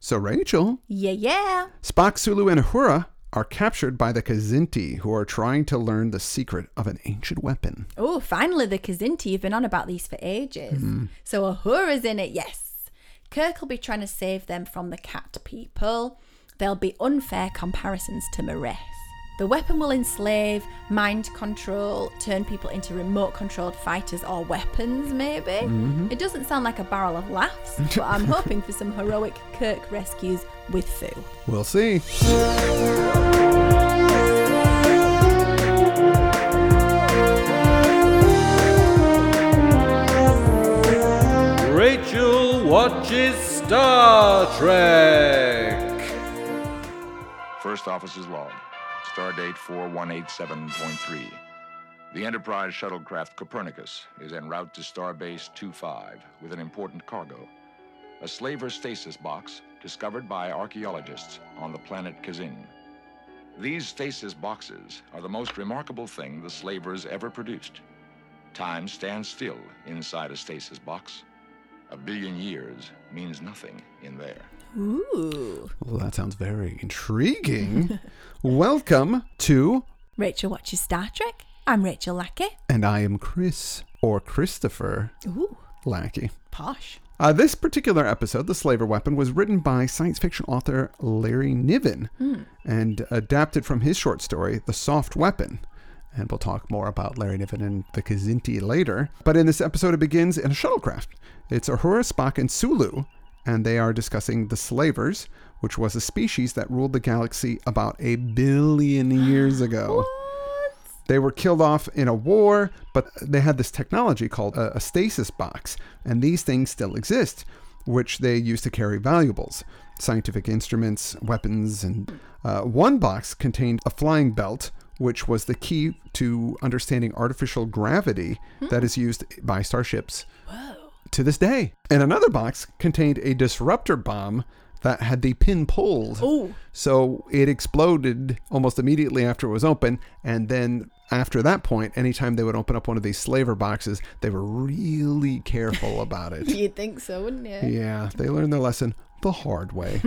So Rachel, Yeah, yeah. Spock, Sulu, and Uhura are captured by the Kazinti, who are trying to learn the secret of an ancient weapon. Oh, finally the Kazinti. You've been on about these for ages. So Ahura's in it, yes. Kirk will be trying to save them from the cat people. There'll be unfair comparisons to Mares. The weapon will enslave, mind control, turn people into remote controlled fighters or weapons, maybe. It doesn't sound like a barrel of laughs, but I'm hoping for some heroic Kirk rescues with Foo. We'll see. Rachel watches Star Trek. First Officer's Log, Stardate 4187.3. The Enterprise shuttlecraft Copernicus is en route to Starbase 25 with an important cargo a slaver stasis box discovered by archaeologists on the planet Kazin. These stasis boxes are the most remarkable thing the slavers ever produced. Time stands still inside a stasis box. A billion years means nothing in there. Ooh. Well, that sounds very intriguing. Welcome to Rachel watches Star Trek. I'm Rachel Lackey. And I Am Chris, or Christopher Ooh, Lackey. posh. Uh, this particular episode, The Slaver Weapon, was written by science fiction author Larry Niven and adapted from his short story, The Soft Weapon. And we'll talk more about Larry Niven and the Kazinti later. But in this episode, it begins in a shuttlecraft. It's Uhura, Spock, and Sulu, and they are discussing the Slavers, which was a species that ruled the galaxy about a billion years ago. They were killed off in a war, but they had this technology called a, a stasis box, and these things still exist, which they use to carry valuables, scientific instruments, weapons, and uh, one box contained a flying belt, which was the key to understanding artificial gravity that is used by starships to this day. And another box contained a disruptor bomb that had the pin pulled. Ooh. So it exploded almost immediately after it was open. And then after that point, anytime they would open up one of these slaver boxes, they were really careful about it. You'd think so, wouldn't you? yeah, they learned their lesson the hard way.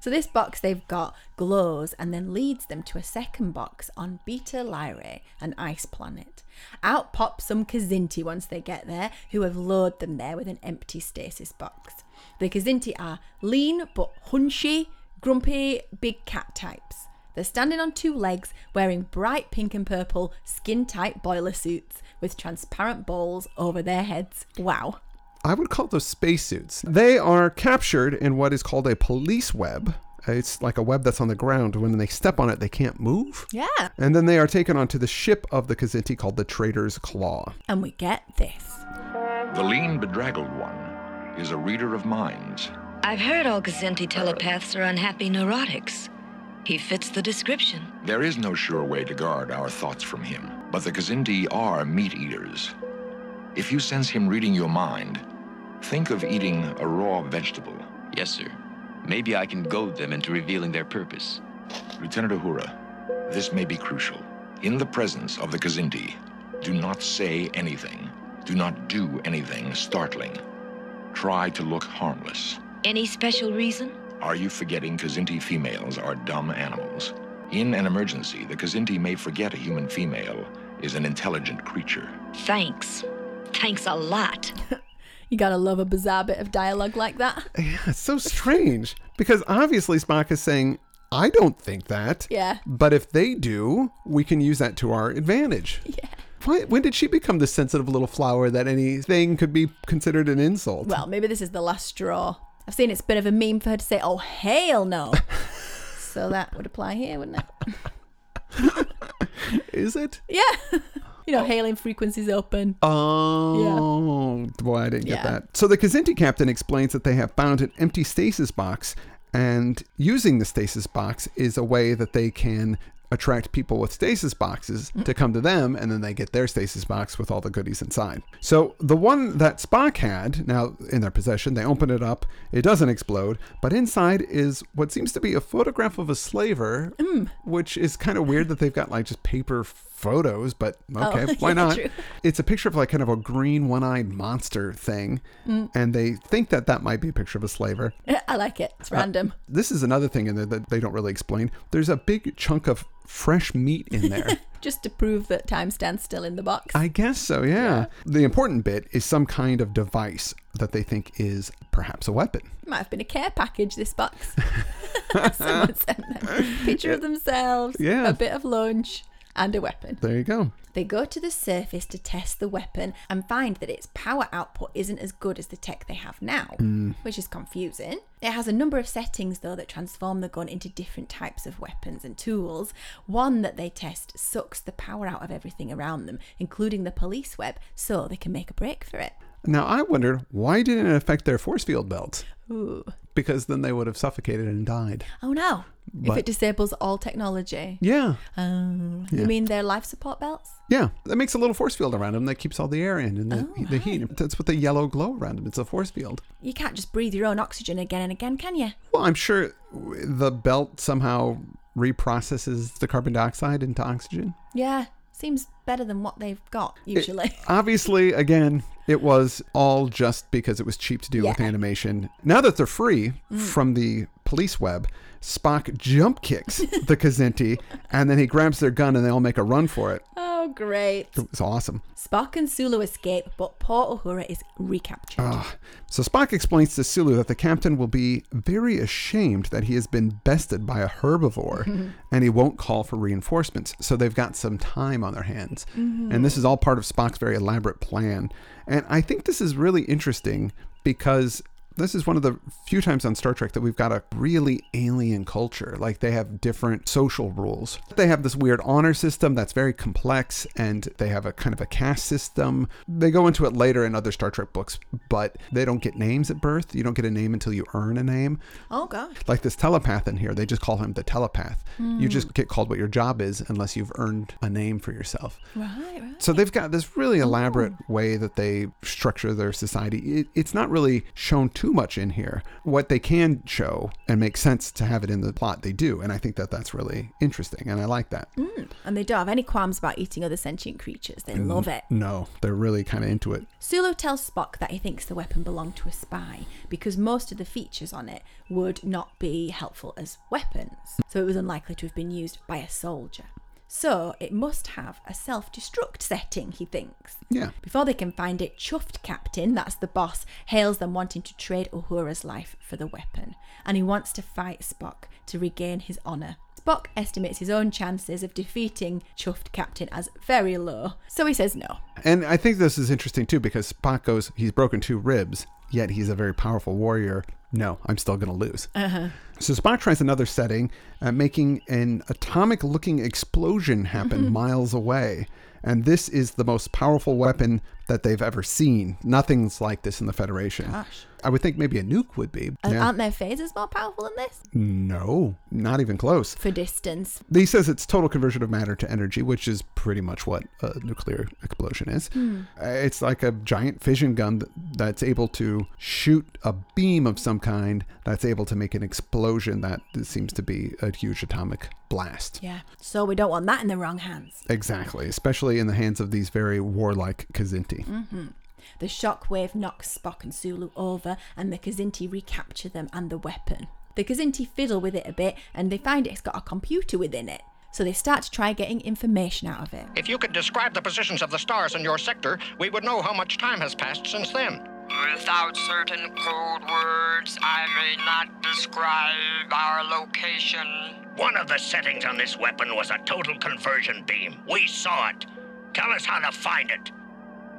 So this box they've got glows and then leads them to a second box on Beta Lyrae, an ice planet. Out pop some Kazinti once they get there, who have lured them there with an empty stasis box. The Kazinti are lean but hunchy, grumpy, big cat types. They're standing on two legs, wearing bright pink and purple skin tight boiler suits with transparent balls over their heads. Wow. I would call those spacesuits. They are captured in what is called a police web. It's like a web that's on the ground. When they step on it, they can't move. Yeah. And then they are taken onto the ship of the Kazinti called the Traitor's Claw. And we get this. The lean, bedraggled one is a reader of minds. I've heard all Gazinti telepaths are unhappy neurotics. He fits the description. There is no sure way to guard our thoughts from him, but the Kazindi are meat eaters. If you sense him reading your mind, think of eating a raw vegetable. Yes, sir. Maybe I can goad them into revealing their purpose. Lieutenant Uhura, this may be crucial. In the presence of the Kazindi, do not say anything. Do not do anything startling. Try to look harmless. Any special reason? Are you forgetting Kazinti females are dumb animals? In an emergency, the Kazinti may forget a human female is an intelligent creature. Thanks. Thanks a lot. You gotta love a bizarre bit of dialogue like that. That's so strange because obviously Spock is saying, I don't think that. Yeah. But if they do, we can use that to our advantage. Yeah. Why, when did she become the sensitive little flower that anything could be considered an insult? Well, maybe this is the last straw. I've seen it's a bit of a meme for her to say, oh, hell no. so that would apply here, wouldn't it? is it? Yeah. you know, hailing frequencies open. Oh, boy, I didn't get Yeah. that. So the Kazinti captain explains that they have found an empty stasis box, and using the stasis box is a way that they can attract people with stasis boxes to come to them, and then they get their stasis box with all the goodies inside. So the one that Spock had now in their possession, they open it up, it doesn't explode, but inside is what seems to be a photograph of a slaver, which is kind of weird that they've got like just paper photos, but okay, why yeah, not? true. It's a picture of like kind of a green one eyed monster thing, and they think that that might be a picture of a slaver. I like it. Uh, It's random. This is another thing in there that they don't really explain. There's a big chunk of fresh meat in there. Just to prove that time stands still in the box. I guess so, yeah. The important bit is some kind of device that they think is perhaps a weapon. Might have been a care package, this box. Someone sent them. Picture of themselves, Yeah. a bit of lunch, and a weapon. There you go. They go to the surface to test the weapon and find that its power output isn't as good as the tech they have now, Mm. which is confusing. It has a number of settings, though, that transform the gun into different types of weapons and tools. One that they test sucks the power out of everything around them, including the police web, so they can make a break for it. Now, I wondered why didn't it affect their force field belts? Ooh. Because then they would have suffocated and died. Oh no. if But- it disables all technology. Yeah. Oh. Yeah. You mean their life support belts? Yeah, that makes a little force field around him that keeps all the air in and the, the heat. That's what the yellow glow around him. It's a force field. You can't just breathe your own oxygen again and again, can you? Well, I'm sure w- the belt somehow reprocesses the carbon dioxide into oxygen. Yeah. Seems better than what they've got usually. Obviously, again, it was all just because it was cheap to do with Yeah. animation. Now that they're free from the police web, Spock jump kicks the Kazenti and then he grabs their gun and they all make a run for it. oh, great. It was awesome. Spock and Sulu escape, but poor Uhura is recaptured. So Spock explains to Sulu that the captain will be very ashamed that he has been bested by a herbivore and he won't call for reinforcements. So they've got some time on their hands. And this is all part of Spock's very elaborate plan. And I think this is really interesting because this is one of the few times on Star Trek that we've got a really alien culture. Like they have different social rules. They have this weird honor system that's very complex and they have a kind of a caste system. They go into it later in other Star Trek books, but they don't get names at birth. You don't get a name until you earn a name. oh, gosh. Like this telepath in here, they just call him the telepath. Hmm. You just get called what your job is unless you've earned a name for yourself. Right, right. Oh. So they've got this really elaborate way that they structure their society. It, it's not really shown too much in here. What they can show and make sense to have it in the plot, they do, and I think that that's really interesting, and I like that. And they don't have any qualms about eating other sentient creatures. They love it. No, they're really kind of into it. Sulu tells Spock that he thinks the weapon belonged to a spy because most of the features on it would not be helpful as weapons, so it was unlikely to have been used by a soldier. So it must have a self destruct setting, he thinks. Yeah. Before they can find it, Chuffed Captain, that's the boss, hails them wanting to trade Uhura's life for the weapon, and he wants to fight Spock to regain his honour. Spock estimates his own chances of defeating Chuffed Captain as very low, so he says no. And I think this is interesting too because Spock goes, he's broken two ribs, yet he's a very powerful warrior. No, I'm still going to lose. Uh-huh. So Spock tries another setting, uh, making an atomic looking explosion Mm-hmm. happen miles away. And this is the most powerful weapon that they've ever seen. Nothing's like this in the Federation. Gosh. I would think maybe a nuke would be. Uh, Yeah. Aren't their phases more powerful than this? No, not even close. For distance. He says it's total conversion of matter to energy, which is pretty much what a nuclear explosion is. Uh, It's like a giant fission gun th- that's able to shoot a beam of some kind that's able to make an explosion that seems to be a huge atomic blast. Yeah. So we don't want that in the wrong hands. Exactly, especially in the hands of these very warlike Kazinti. The shockwave knocks Spock and Sulu over, and the Kazinti recapture them and the weapon. The Kazinti fiddle with it a bit, and they find it's got a computer within it. So they start to try getting information out of it. If you could describe the positions of the stars in your sector, we would know how much time has passed since then. Without certain code words, I may not describe our location. One of the settings on this weapon was a total conversion beam. We saw it. Tell us how to find it.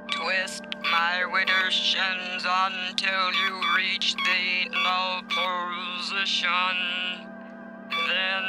Twist my widow's shins until you reach the null position. Then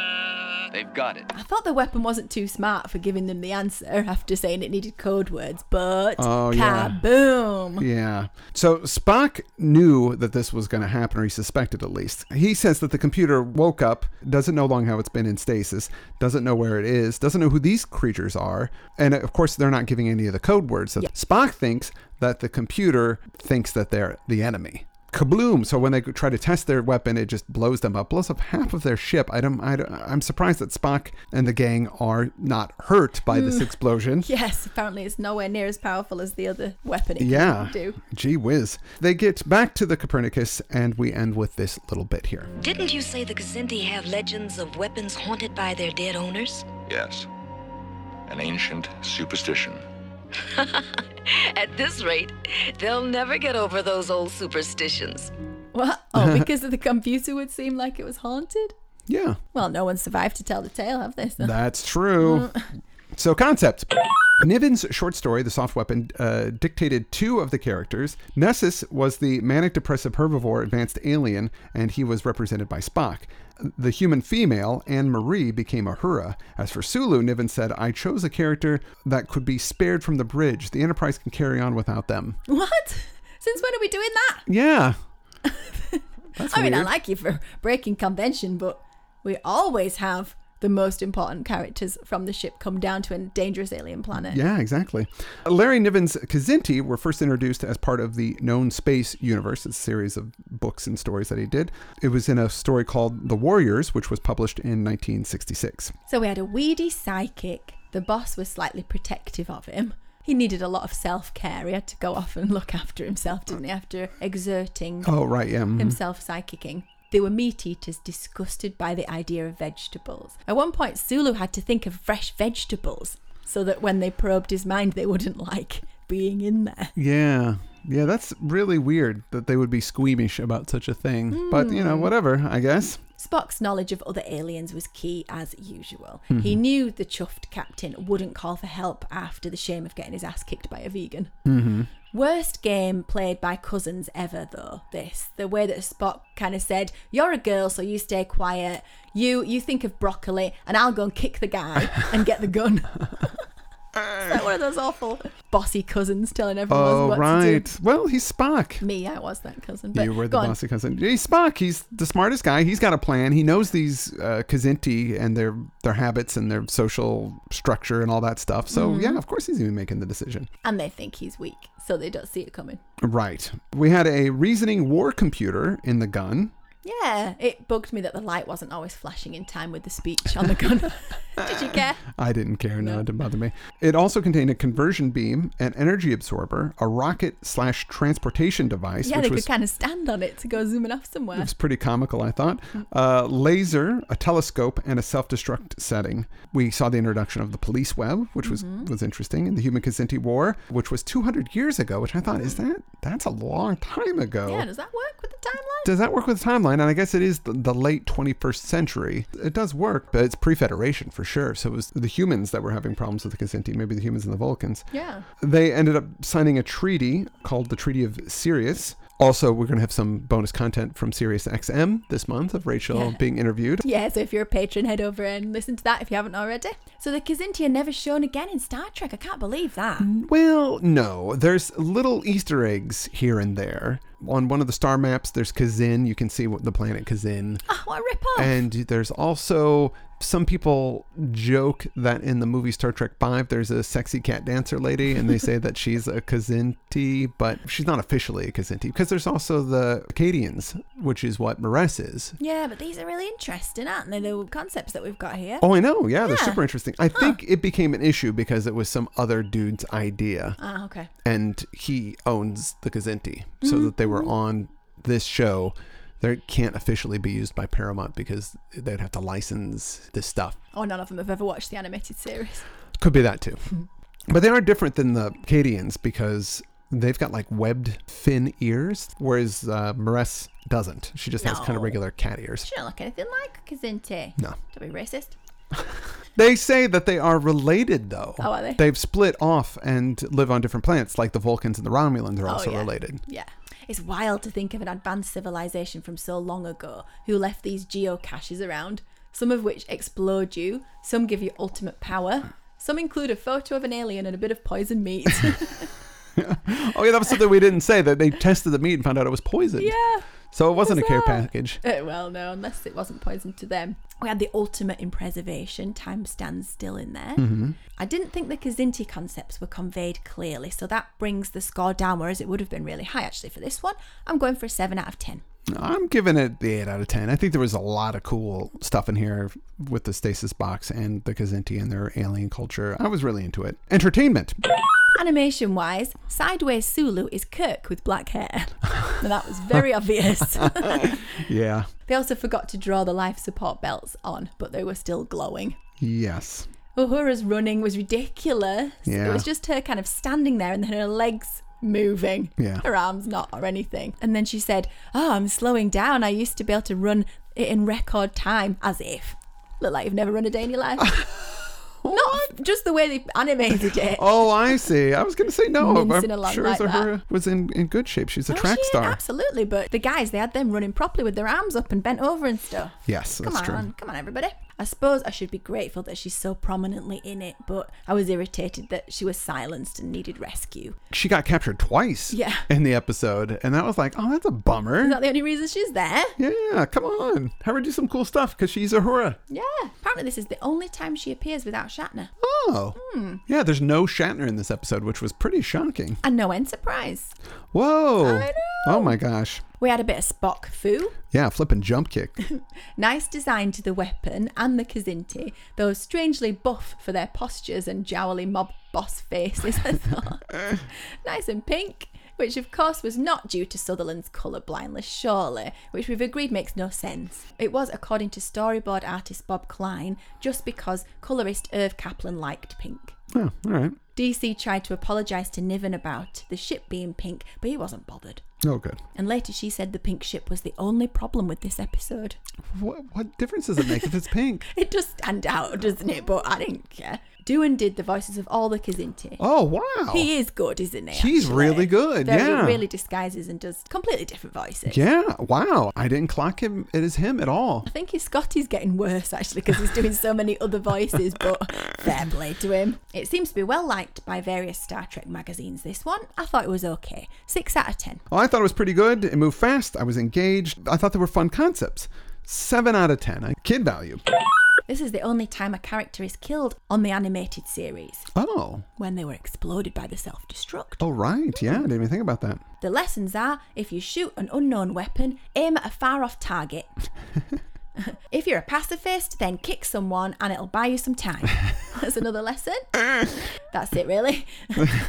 They've got it. I thought the weapon wasn't too smart for giving them the answer after saying it needed code words, but Oh, yeah. kaboom! Yeah. So Spock knew that this was going to happen, or he suspected at least. He says that the computer woke up, doesn't know long how it's been in stasis, doesn't know where it is, doesn't know who these creatures are, and of course they're not giving any of the code words. So Spock thinks that the computer thinks that they're the enemy. kabloom. So when they try to test their weapon, it just blows them up, blows up half of their ship. I don't, I don't, I'm surprised that Spock and the gang are not hurt by this explosion. Yes, apparently it's nowhere near as powerful as the other weapon it Yeah. can do. Gee whiz. They get back to the Copernicus, and we end with this little bit here. Didn't you say the Kazinti have legends of weapons haunted by their dead owners? Yes. An ancient superstition. At this rate, they'll never get over those old superstitions. What? Oh, because the computer would seem like it was haunted? Yeah, Well, no one survived to tell the tale, have they? So- that's true. So, concept. Niven's short story, The Soft Weapon, uh, dictated two of the characters. Nessus was the manic depressive herbivore advanced alien, and he was represented by Spock. The human female, Anne Marie, became Ahura. As for Sulu, Niven said, I chose a character that could be spared from the bridge. The Enterprise can carry on without them. what? Since when are we doing that? Yeah. I mean, I weird. like you for breaking convention, but we always have the most important characters from the ship come down to a dangerous alien planet. Yeah, exactly. Larry Niven's Kazinti were first introduced as part of the Known Space Universe, it's a series of books and stories that he did. It was in a story called The Warriors, which was published in 1966. So we had a weedy psychic. The boss was slightly protective of him. He needed a lot of self care. He had to go off and look after himself, didn't he? After exerting Oh, right, yeah. mhm. himself psychicking. They were meat eaters disgusted by the idea of vegetables. At one point, Sulu had to think of fresh vegetables so that when they probed his mind, they wouldn't like being in there. Yeah. Yeah, that's really weird that they would be squeamish about such a thing. But, you know, whatever, I guess. Spock's knowledge of other aliens was key as usual. Mm-hmm. He knew the chuffed captain wouldn't call for help after the shame of getting his ass kicked by a vegan. Mm-hmm. Worst game played by cousins ever, though. This the way that Spock kind of said, "You're a girl, so you stay quiet. You you think of broccoli, and I'll go and kick the guy and get the gun." It's like one of those awful bossy cousins telling everyone Oh, what right. to Well, he's Spock. do. Me, I was that cousin. But You were go the on. bossy cousin. He's Spock. He's the smartest guy. He's got a plan. He knows these uh, Kazinti and their their habits and their social structure and all that stuff. So Mm-hmm. yeah, of course he's even making the decision. and they think he's weak, so they don't see it coming. Right. We had a reasoning war computer in the gun. Yeah, it bugged me that the light wasn't always flashing in time with the speech on the gun. Did you care? I didn't care. No, it didn't bother me. It also contained a conversion beam, an energy absorber, a rocket slash transportation device, Yeah, which they was could kind of stand on it to go zooming off somewhere. It was pretty comical, I thought. Uh, laser, a telescope, and a self-destruct setting. We saw the introduction of the police web, which was was interesting, and the Human Kazinti War, which was 200 years ago. Which I thought, is that that's a long time ago. Yeah, does that work with the timeline? does that work with the timeline? And I guess it is the, the late 21st century. It does work, but it's pre-Federation for sure. So it was the humans that were having problems with the Kazinti, maybe the humans and the Vulcans yeah. they ended up signing a treaty called the Treaty of Sirius. Also, we're going to have some bonus content from Sirius XM this month of Rachel Yeah. being interviewed. Yeah, so if you're a patron, head over and listen to that if you haven't already. So the Kazinti are never shown again in Star Trek. I can't believe that. Mm. Well, no, there's little Easter eggs here and there. On one of the star maps, there's Kazin. You can see what the planet Kazin. Oh, what a rip-off. And there's also some people joke that in the movie Star Trek V, there's a sexy cat dancer lady, and they say that she's a Kazinti, but she's not officially a Kazinti because there's also the Acadians, which is what Mares is. yeah, but these are really interesting, aren't they? The concepts that we've got here. Oh, I know. Yeah, they're Yeah. super interesting. I think it became an issue because it was some other dude's idea, Ah, okay. and he owns the Kazinti, so that they were on this show. They can't officially be used by Paramount because they'd have to license this stuff Or Oh, none of them have ever watched the animated series. Could be that too. Hmm. but they are different than the Cadians because they've got like webbed fin ears, whereas uh, Maress doesn't. She just has kind No. of regular cat ears. She don't look anything like a Kazinti. No. Don't be racist. They say that they are related though. Oh, are they? They've split off and live on different planets, like the Vulcans and the Romulans are Oh, also yeah. related. Yeah. It's wild to think of an advanced civilization from so long ago who left these geocaches around, some of which explode you, some give you ultimate power, some include a photo of an alien and a bit of poisoned meat. Oh yeah, that was something we didn't say that they tested the meat and found out it was poisoned. yeah. So it wasn't a care Huzzah! package. Uh, well, no, unless it wasn't poison to them. We had the ultimate in preservation, time stands still in there. Mm-hmm. I didn't think the Kazinti concepts were conveyed clearly, so that brings the score down, whereas it would have been really high actually for this one. I'm going for a 7 out of 10. I'm giving it the 8 out of 10. I think there was a lot of cool stuff in here with the stasis box and the Kazinti and their alien culture. I was really into it. Entertainment. Animation wise, Sideways Sulu is Kirk with black hair. Now, that was very obvious. Yeah. they also forgot to draw the life support belts on, but they were still glowing. Yes. Uhura's running was ridiculous. Yeah. It was just her kind of standing there and then her legs moving. Yeah. Her arms not or anything. And then she said, Oh, I'm slowing down. I used to be able to run it in record time. As if. Look like you've never run a day in your life. not just the way they animated it. Oh, I see. I was going to say no. Mincing but I'm along sure like Zahura was in, in good shape. She's a Oh, track shit, star. Absolutely. But the guys, they had them running properly with their arms up and bent over and stuff. Yes, Come that's on, true. come on, everybody. I suppose I should be grateful that she's so prominently in it, but I was irritated that she was silenced and needed rescue. She got captured twice Yeah. in the episode. And that was like, oh, that's a bummer. Is that the only reason she's there? yeah, come on. Have her do some cool stuff because she's Uhura. Yeah. Apparently, this is the only time she appears without Shatner. Oh. Yeah, there's no Shatner in this episode, which was pretty shocking. And no end surprise. Whoa. I know. Oh my gosh. We had a bit of Spock foo. Yeah, flipping jump kick. Nice design to the weapon and the Kazinti, though strangely buff for their postures and jowly mob boss faces, I thought. nice and pink, which of course was not due to Sutherland's colour blindness, surely, which we've agreed makes no sense. It was, according to storyboard artist Bob Klein, just because colourist Irv Kaplan liked pink. oh, all right. DC tried to apologise to Niven about the ship being pink, but he wasn't bothered. Oh, good. And later she said the pink ship was the only problem with this episode. What, what difference does it make if it's pink? It does stand out, doesn't it? But I didn't care. Doohan did the voices of all the Kazinti. Oh, wow. He is good, isn't he? He's actually? really good, Very, yeah. really disguises and does completely different voices. Yeah, wow. I didn't clock him. It is him at all. I think his Scotty's getting worse actually because he's doing so many other voices, but fair play to him. It seems to be well liked by various Star Trek magazines. This one, I thought it was okay. Six out of ten. Well, Oh, I thought it was pretty good. It moved fast. I was engaged. I thought they were fun concepts. Seven out of 10. I- Kid value. This is the only time a character is killed on the animated series Oh, when they were exploded by the self destruct. oh, right. Yeah, I didn't even think about that. The lessons are if you shoot an unknown weapon, aim at a far off target. if you're a pacifist, then kick someone and it'll buy you some time. That's another lesson. That's it, really.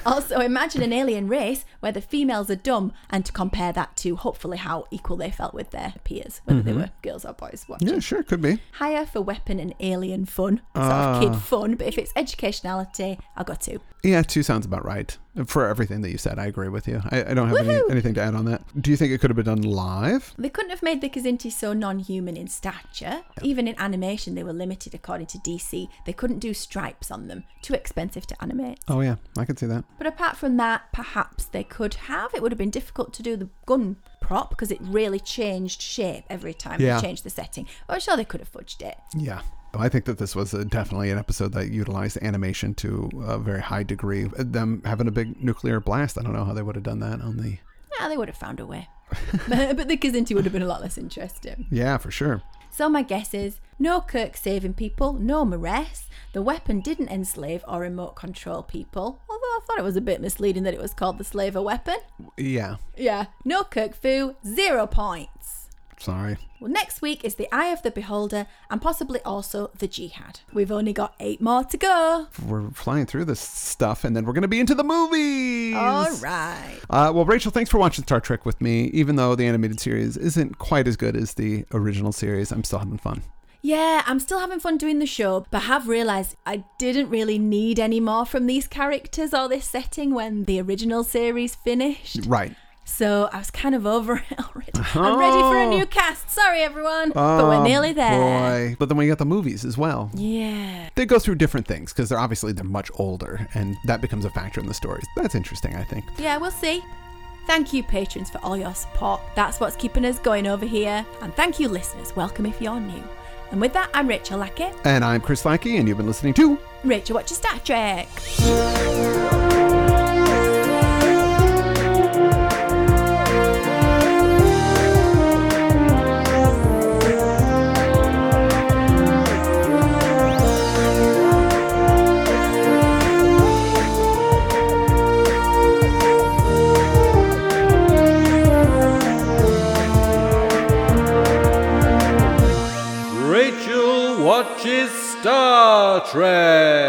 also, imagine an alien race where the females are dumb and to compare that to hopefully how equal they felt with their peers, whether they were girls or boys watching. Yeah, sure, could be. Higher for weapon and alien fun, sort of kid fun, but if it's educationality, I'll go two. Yeah, two sounds about right. For everything that you said, I agree with you. I, I don't have any, Woohoo! anything to add on that. Do you think it could have been done live? They couldn't have made the Kazinti so non human in stature. Even in animation, they were limited according to DC. They couldn't do stripes on them, too expensive to animate. Oh, yeah, I can see that. But apart from that, perhaps they could have. It would have been difficult to do the gun prop because it really changed shape every time Yeah. Mm. they changed the setting. I'm sure they could have fudged it. Yeah. I think that this was uh definitely an episode that utilized animation to a very high degree. Uh, Them having a big nuclear blast, I don't know how they would have done that on the. Yeah, they would have found a way. but the Kazinti would have been a lot less interesting. Yeah, for sure. So my guess is no Kirk saving people, no Mares. The weapon didn't enslave or remote control people, although I thought it was a bit misleading that it was called the Slaver weapon. Yeah. Yeah. No Kirk foo, zero points. Sorry. Well, next week is the Eye of the Beholder and possibly also the Jihad. We've only got eight more to go. We're flying through this stuff and then we're going to be into the movies. All right. Uh, well, Rachel, thanks for watching Star Trek with me. Even though the animated series isn't quite as good as the original series, I'm still having fun. Yeah, I'm still having fun doing the show, but have realised I didn't really need any more from these characters or this setting when the original series finished. Right. So I was kind of over it already. I'm ready for a new cast. Sorry, everyone. but Oh, we're nearly there. Boy. But then we got the movies as well. Yeah. They go through different things because they're obviously they're much older, and that becomes a factor in the stories. That's interesting, I think. Yeah, we'll see. Thank you, patrons, for all your support. That's what's keeping us going over here. And thank you, listeners. Welcome if you're new. And with that, I'm Rachel Lackett. And I'm Chris Lackey, and you've been listening to Rachel watches Star Trek. Star Trek.